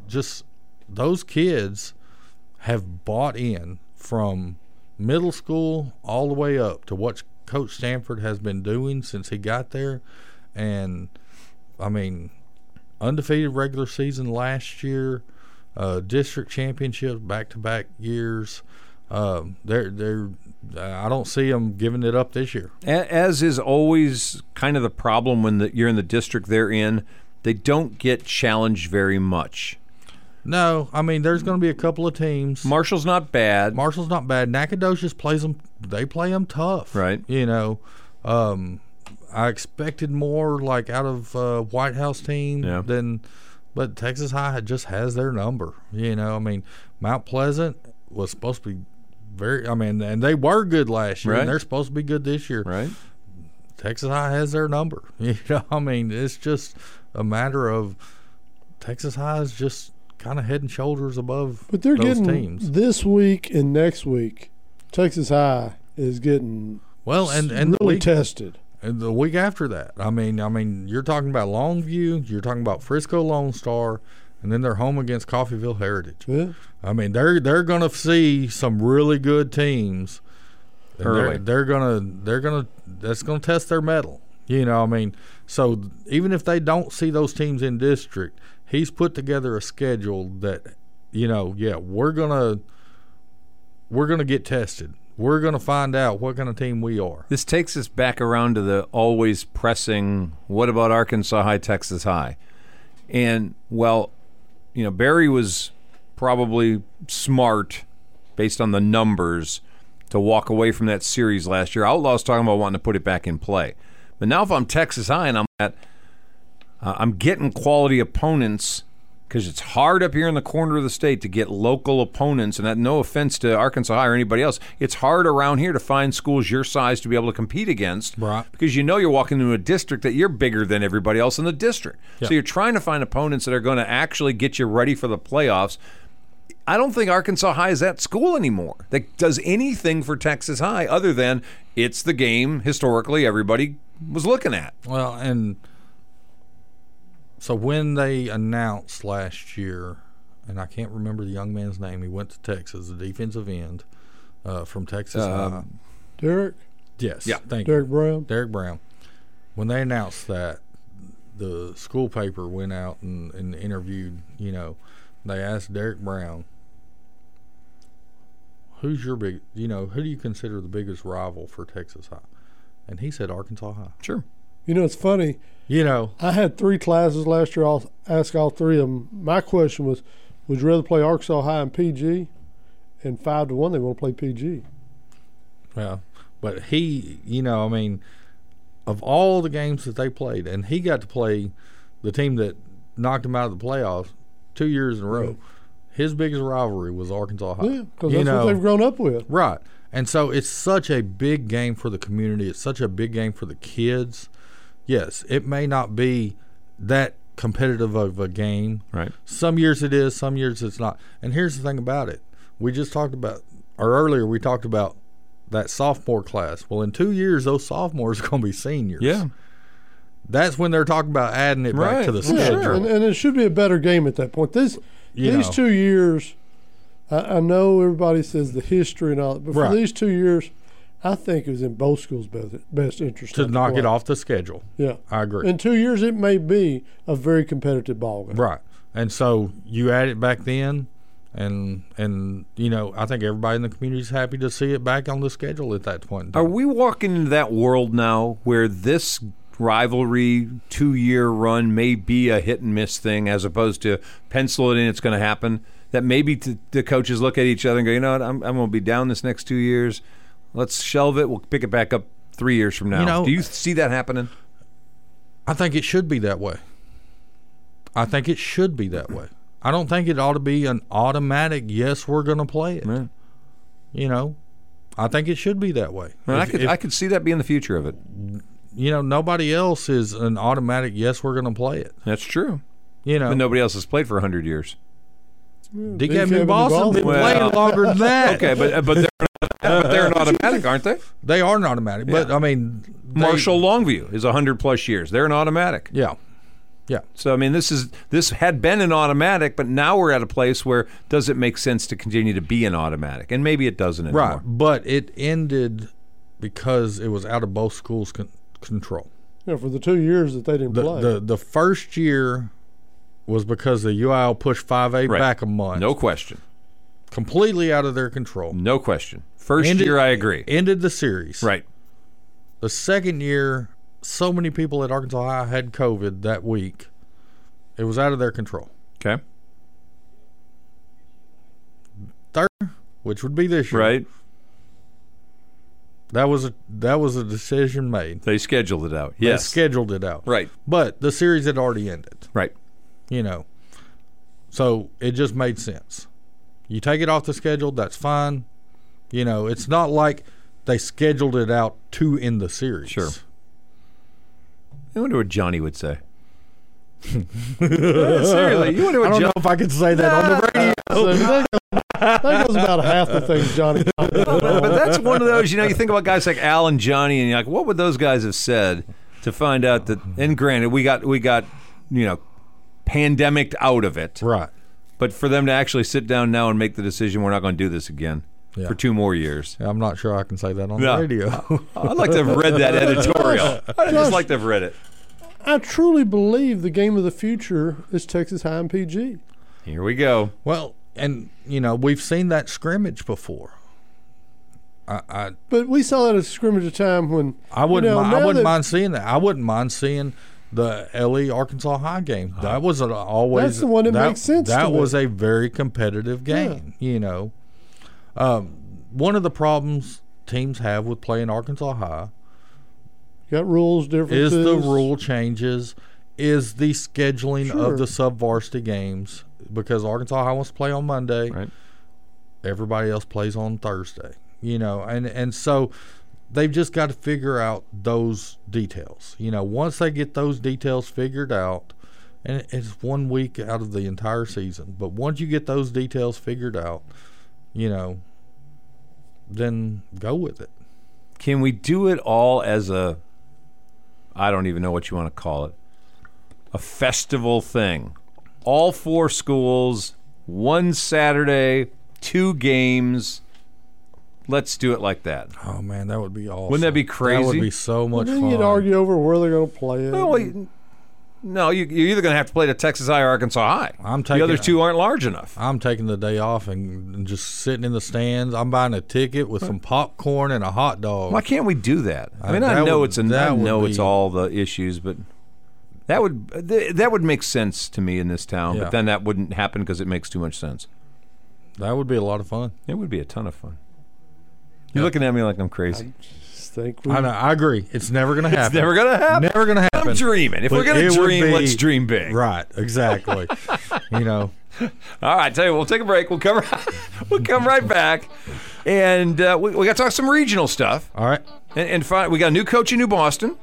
just those kids have bought in from middle school all the way up to what Coach Stanford has been doing since he got there. And I mean, undefeated regular season last year, uh, district championships back to back years. Um, they're they're I don't see them giving it up this year. A- as is always kind of the problem when the, you're in the district they're in, they don't get challenged very much. No, I mean there's going to be a couple of teams. Marshall's not bad. Marshall's not bad. Nacogdoches plays them. They play them tough, Right. You know, um, I expected more like out of uh, White House team Yeah. than, but Texas High had- just has their number. You know, I mean, Mount Pleasant was supposed to be very. I mean, and they were good last year, Right. and they're supposed to be good this year. right? Texas High has their number. You know, I mean, it's just a matter of Texas High is just kind of head and shoulders above But they're those getting teams. this week and next week. Texas High is getting Well, and and the really week- tested. And the week after that, I mean, I mean, you're talking about Longview, you're talking about Frisco Lone Star, and then they're home against Coffeeville Heritage. Yeah. I mean, they're they're gonna see some really good teams. and Early. They're, they're gonna they're gonna that's gonna test their metal. You know, I mean, so even if they don't see those teams in district, he's put together a schedule that, you know, yeah, we're gonna we're gonna get tested. We're gonna find out what kind of team we are. This takes us back around to the always pressing, what about Arkansas High, Texas High? And, well, you know, Barry was probably smart based on the numbers to walk away from that series last year. Outlaw's talking about wanting to put it back in play. But now if I'm Texas High and I'm at, uh, I'm getting quality opponents because it's hard up here in the corner of the state to get local opponents. And that, no offense to Arkansas High or anybody else, it's hard around here to find schools your size to be able to compete against. Right. Because you know you're walking into a district that you're bigger than everybody else in the district. Yeah. So you're trying to find opponents that are going to actually get you ready for the playoffs. I don't think Arkansas High is that school anymore that does anything for Texas High other than it's the game historically everybody was looking at. Well, and so when they announced last year, and I can't remember the young man's name, he went to Texas, a defensive end uh, from Texas. High. Derek, Yes. yeah. Thank Derek you. Brown. Derek Brown. When they announced that, the school paper went out and, and interviewed, you know, they asked Derek Brown, who's your big, you know, who do you consider the biggest rival for Texas High? And he said Arkansas High. Sure. You know, it's funny. You know, I had three classes last year. I'll ask all three of them. My question was, would you rather play Arkansas High and PG? And five to one, they want to play PG. Yeah. But he, you know, I mean, of all the games that they played, and he got to play the team that knocked him out of the playoffs two years in a row. His biggest rivalry was Arkansas High. Mm-hmm. Yeah, because You that's know, what they've grown up with. Right. And so it's such a big game for the community. It's such a big game for the kids. Yes, it may not be that competitive of a game. Right. Some years it is, some years it's not. And here's the thing about it. We just talked about or earlier we talked about that sophomore class. Well, in 2 years those sophomores are going to be seniors. Yeah. That's when they're talking about adding it back Right. to the Yeah, schedule. and, and it should be a better game at that point. This, You these know. two years, I, I know everybody says the history and all, that, but Right. for these two years, I think it was in both schools' best, best interest To at the knock it point. off the schedule. Yeah, I agree. in two years, it may be a very competitive ball game. Right. And so you add it back then and and you know, I think everybody in the community is happy to see it back on the schedule at that point. in Are time. we walking into that world now where this rivalry two year run may be a hit and miss thing as opposed to pencil it in, it's going to happen? That maybe t- the coaches look at each other and go, you know what, I'm, I'm going to be down this next two years. Let's shelve it. We'll pick it back up three years from now. You know- Do you see that happening? I think it should be that way. I think it should be that way. I don't think it ought to be an automatic yes we're going to play it. Man, You know, I think it should be that way. Man, I If- could if- I could see that being the future of it. you know, nobody else is an automatic yes we're going to play it. That's true. You know, But nobody else has played for hundred years. DK DK New Boston been Well- playing longer than that. Okay, but but they're but they're an automatic, aren't they? They are an automatic, but Yeah. I mean, they- Marshall Longview is hundred plus years. They're an automatic. Yeah, yeah. So I mean, this is this had been an automatic, but now we're at a place where does it make sense to continue to be an automatic? And maybe it doesn't anymore. Right, but it ended because it was out of both schools' con- control. Yeah, for the two years that they didn't The, play. the the first year was because the UIL pushed five A Right. back a month, No question. completely out of their control. No question. First Ended- year, I agree. Ended the series. Right. The second year, so many people at Arkansas High had COVID that week. It was out of their control. Okay. Third, which would be this year. Right. That was a that was a decision made. They scheduled it out. They Yes. scheduled it out. Right. But the series had already ended. Right. you know. So it just made sense. You take it off the schedule, that's fine. You know, it's not like they scheduled it out to end the series. Sure. I wonder what Johnny would say. Seriously, you wonder what I don't know Johnny. if I could say that on the radio. So that, goes, that goes about half the things Johnny. but that's one of those, you know, you think about guys like Al and Johnny, and you're like, what would those guys have said to find out that? And granted, we got we got you know pandemicked out of it, Right. but for them to actually sit down now and make the decision, we're not going to do this again Yeah. for two more years. I'm not sure I can say that on No. the radio. I'd like to have read that editorial. I'd just like to have read it. I truly believe the game of the future is Texas High and PG. Here we go. well, and you know, we've seen that scrimmage before. I I, But we saw that at scrimmage a time when I wouldn't you know, mi- now I wouldn't that- mind seeing that. I wouldn't mind seeing the LE Arkansas High game. That was an always Uh-huh. That's the one that makes sense That to me. was a very competitive game. You know, um, one of the problems teams have with playing Arkansas High Got rules differences. is the rule changes, is the scheduling Sure. of the sub varsity games because Arkansas High wants to play on Monday. Right. Everybody else plays on Thursday. You know, and and so they've just got to figure out those details. You know, once they get those details figured out, and it- it's one week out of the entire season, but once you get those details figured out, you know, then go with it. Can we do it all as a I don't even know what you want to call it. A festival thing. All four schools, one Saturday, two games. Let's do it like that. Oh man, that would be awesome. Wouldn't that be That crazy? would be so much Then fun. you'd argue over where they're going to play it. Well, wait, no, you, you're either going to have to play to Texas High or Arkansas High. I'm the taking- other two aren't large enough. I'm taking the day off and and just sitting in the stands. I'm buying a ticket with some popcorn and a hot dog. Why can't we do that? I mean, Uh, I that know would- it's a, that I would know it's be- all the issues, but that would th- that would make sense to me in this town. Yeah. But then that wouldn't happen because it makes too much sense. that would be a lot of fun. It would be a ton of fun. You're looking at me like I'm crazy. Just think we, I know. I agree. It's never going to happen. never gonna happen. Never going to happen. I'm dreaming. If But we're gonna it would dream, be- let's dream big. Right. Exactly. you know. All right, tell you, what, we'll take a break. We'll come, right, we'll come right back, and uh, we, we got to talk some regional stuff. All right. And, and find, we got a new coach in New Boston,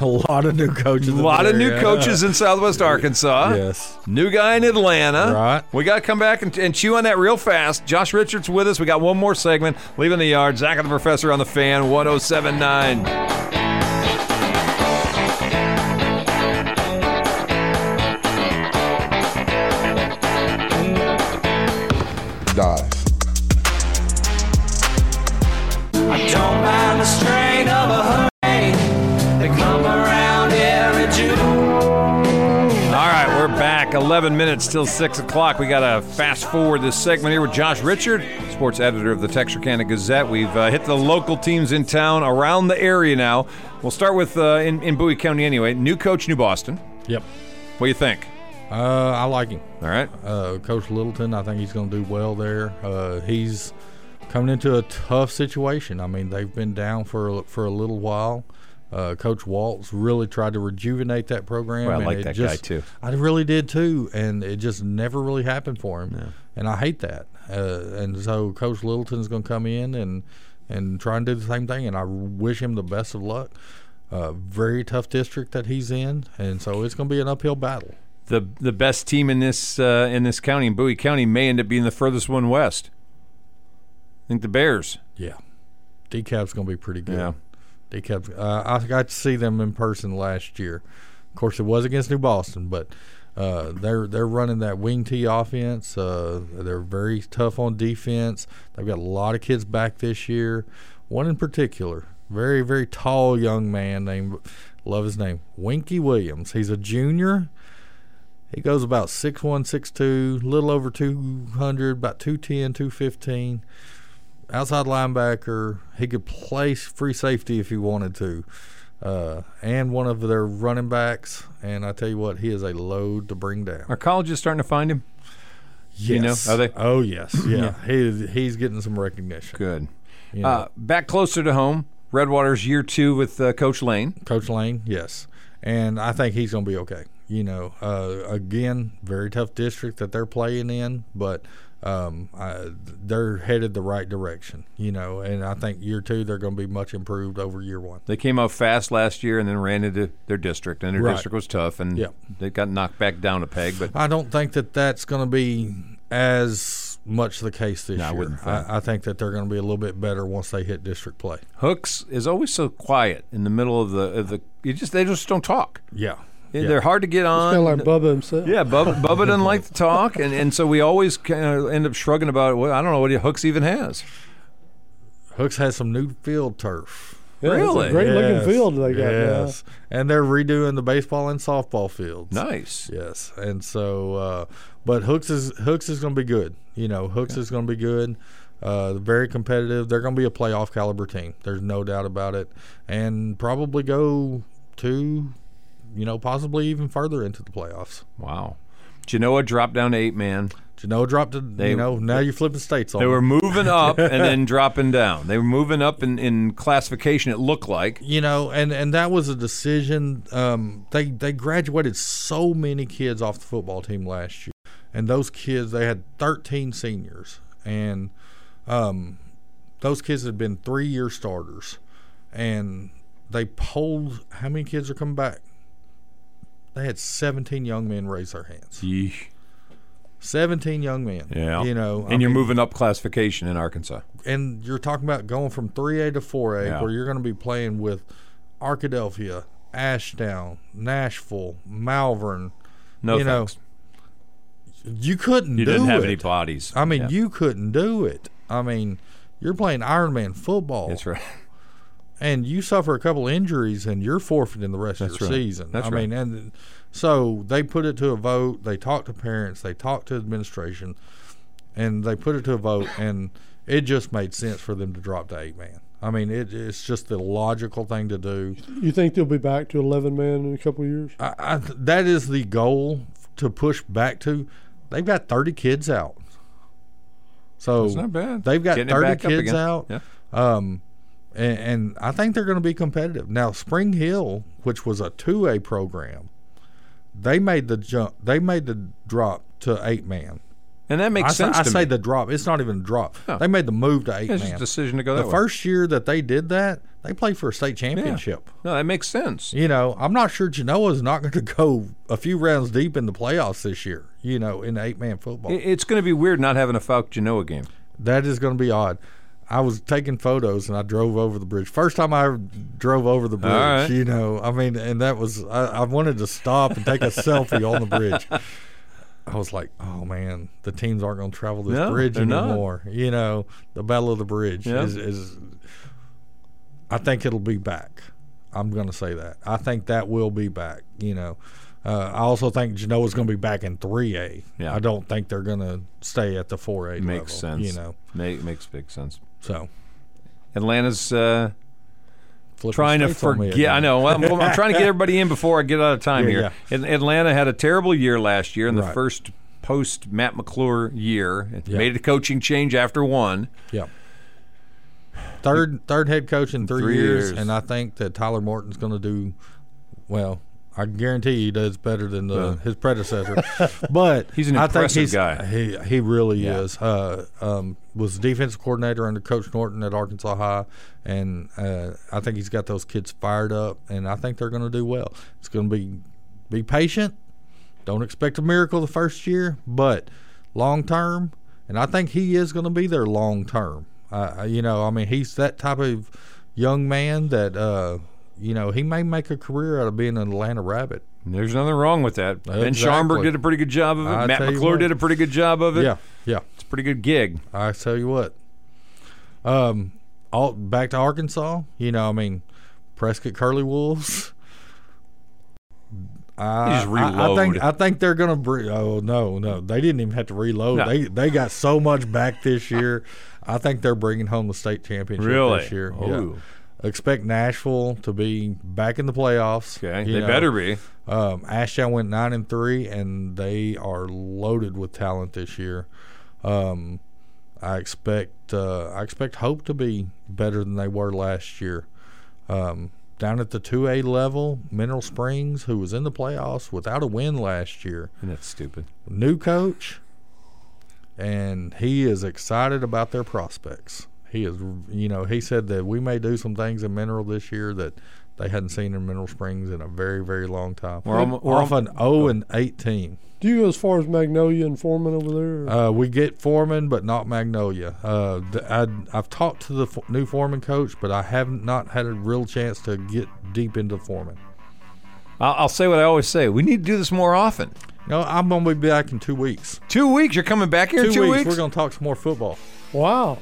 A lot of new coaches. a lot of new coaches in Southwest Arkansas. Yes. New guy in Atlanta. Right. We got to come back and, and chew on that real fast. Josh Richards with us. We got one more segment. Leaving the yard. Zach and the Professor on the fan 1079. dive. Don't mind the strain of a hurricane. They come around every June. All right, we're back. 11 minutes till 6 o'clock. We got to fast forward this segment here with Josh Richard, sports editor of the Texarkana Gazette. We've uh, hit the local teams in town around the area now. We'll start with uh, in, in Bowie County anyway. New coach, New Boston. Yep. What do you think? Uh, I like him. All right. Uh, Coach Littleton, I think he's going to do well there. Uh, he's coming into a tough situation. I mean, they've been down for a, for a little while. Uh, Coach Waltz really tried to rejuvenate that program. Well, I and like it that guy, just, too. I really did too, and it just never really happened for him. And I hate that. Uh, and so Coach Littleton's going to come in and and try and do the same thing. And I wish him the best of luck. Uh, very tough district that he's in, and so it's going to be an uphill battle. The the best team in this uh, in this county, in Bowie County, may end up being the furthest one west. I think the Bears. Yeah, decap's gonna be pretty good. Yeah. decap. Uh, I got to see them in person last year. Of course, it was against New Boston, but uh, they're they're running that wing tee offense. Uh, they're very tough on defense. They've got a lot of kids back this year. One in particular, very very tall young man named love his name Winky Williams. He's a junior. He goes about 6'1", 6'2", little over 200, about 210, 215 outside linebacker. He could play free safety if he wanted to, uh, and one of their running backs. And I tell you what, he is a load to bring down. Are colleges starting to find him? Yes, know, are they? Oh yes, yeah. he he's getting some recognition. Good. you know. Uh, back closer to home, Redwater's year two with uh, Coach Lane. Coach Lane, yes, and I think he's going to be okay. You know, uh, again, very tough district that they're playing in, but um, I, they're headed the right direction. You know, and I think year two they're going to be much improved over year one. They came out fast last year and then ran into their district, and their Right. district was tough, and Yeah. they got knocked back down a peg. But I don't think that that's going to be as much the case this I year. wouldn't think. I, I think that they're going to be a little bit better once they hit district play. Hooks is always so quiet in the middle of the of the. You just they just don't talk. Yeah. They- Yeah. They're hard to get on. kind of like Bubba himself. yeah, Bubba, Bubba doesn't like to talk, and, and so we always kind of end up shrugging about. Well, I don't know what Hooks even has. Hooks has some new field turf. Yeah, it's a really? great Yes. looking field they got. now. Yes. And they're redoing the baseball and softball fields. Nice. Yes, and so, uh, but Hooks is Hooks is going to be good. You know, Hooks is going to be good. Uh, very competitive. They're going to be a playoff caliber team. There's no doubt about it, and probably go to, you know, possibly even further into the playoffs. Wow. Genoa dropped down to eight man. Genoa dropped to you know now you're flipping states. On They were them. moving up and then dropping down. They were moving up in, in classification. It looked like. you know, and and that was a decision. Um, they they graduated so many kids off the football team last year, and those kids they had 13 seniors, and um, those kids had been three year starters, and they polled how many kids are coming back. They had 17 young men raise their hands. 17 young men. Yeah. You know, and you're moving up classification in Arkansas. and you're talking about going from 3A to 4A, Yeah. where you're going to be playing with Arkadelphia, Ashdown, Nashville, Malvern. No you thanks. know, you couldn't. you do didn't have it. any bodies. I mean, Yeah. you couldn't do it. I mean, you're playing Ironman football, That's right. and you suffer a couple injuries, and you're forfeiting the rest of your right. season. That's I right. mean, and so they put it to a vote. They talked to parents. They talked to administration, and they put it to a vote, and it just made sense for them to drop to eight man. I mean, it, it's just the logical thing to do. You think they'll be back to 11 man in a couple of years? I, I, that is the goal to push back to. They've got 30 kids out. So not bad. They've got Getting it 30 back up kids again. out. Yeah. Um, and, and I think they're going to be competitive. Now, Spring Hill, which was a 2A program, they made the jump. They made the drop to eight man. And that I, makes say, sense. I to say me. the drop. It's not even a drop. They made the move to eight It's man. just a decision to go the that way. first year that they did that, they played for a state championship. No, that makes sense. You know, I'm not sure Genoa's not going to go a few rounds deep in the playoffs this year. You know, in eight man football, I- It's going to be weird not having a Falk Genoa game. that is going to be odd. I was taking photos and I drove over the bridge. First time I ever drove over the bridge, right. you know. I mean, and that was I, I wanted to stop and take a selfie on the bridge. I was like, oh man, the teams aren't going to travel this No, bridge they're not. anymore. You know, the Battle of the Bridge Yeah. is, is. I think it'll be back. I'm going to say that. I think that will be back. You know, uh, I also think Genoa's going to be back in 3A. Yeah. I don't think they're going to stay at the 4A. Makes level, sense. You know, Make, makes big sense. so Atlanta's uh, flipping trying to states on me forget. I again. know. Well, I'm, I'm trying to get everybody in before I get out of time Yeah, here. At- Atlanta had a terrible year last year in the Right. first post Matt McClure year. It Yeah. Made a coaching change after one. Yeah. Third third head coach in three, Three years, years. and I think that Tyler Morton's going to do well. I guarantee he does better than the, his predecessor, but He's an I think impressive he's- guy. He he really is. Uh, um, was defensive coordinator under Coach Norton at Arkansas High, and uh, I think he's got those kids fired up, and I think they're going to do well. It's going to be be patient. Don't expect a miracle the first year, but long term, and I think he is going to be there long term. Uh, you know, I mean, he's that type of young man that uh, you know he may make a career out of being an Atlanta Rabbit. There's nothing wrong with that. Ben Exactly. Schomburg did a pretty good job of it. I Matt tell you McClure what. did a pretty good job of it. Yeah, yeah. It's a pretty good gig. I tell you what. Um, all back to Arkansas. You know, I mean, Prescott Curly Wolves. I, just I, I reload. think I think they're gonna. Bring, oh no, no, they didn't even have to reload. No. They they got so much back this year. I think they're bringing home the state championship Really? Oh. this year. Ooh. Yeah. Expect Nashville to be back in the playoffs. Okay, you they know. better be. Um, Ashdown went nine and three, and they are loaded with talent this year. Um, I expect uh, I expect Hope to be better than they were last year. Um, down at the two A level, Mineral Springs, who was in the playoffs without a win last year, And that's stupid. new coach, and he is excited about their prospects. He is, you know, he said that we may do some things in Mineral this year that they hadn't seen in Mineral Springs in a very, very long time. We're almo- we're off almo- an 0 and 8 team. Do you go as far as Magnolia and Foreman over there? or- Uh, we get Foreman, but not Magnolia. Uh, th- I, I've talked to the f- new Foreman coach, but I haven't not had a real chance to get deep into Foreman. I'll, I'll say what I always say. We need to do this more often. No, I'm gonna be back in two weeks. Two weeks. You're coming back here in Two, two weeks, we're gonna talk some more football. wow.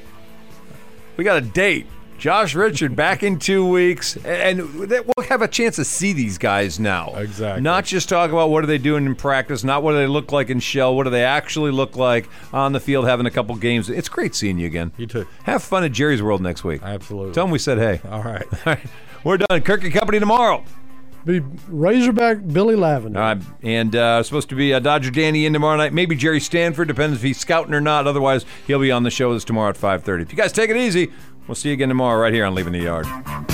We got a date. Josh Richard back in two weeks, and that- we'll have a chance to see these guys now. Exactly. Not just talk about what are they doing in practice, not what do they look like in shell, what do they actually look like on the field, having a couple games. It's great seeing you again. You too. Have fun at Jerry's World next week. Absolutely. Tell them we said hey. All right. All right, we're done. Kirk and Company tomorrow. Be Razorback Billy Lavender. All right, and uh, supposed to be uh, Dodger Danny in tomorrow night. Maybe Jerry Stanford, depends if he's scouting or not. Otherwise, he'll be on the show with us tomorrow at 5.30. If you guys take it easy, we'll see you again tomorrow right here on Leaving the Yard.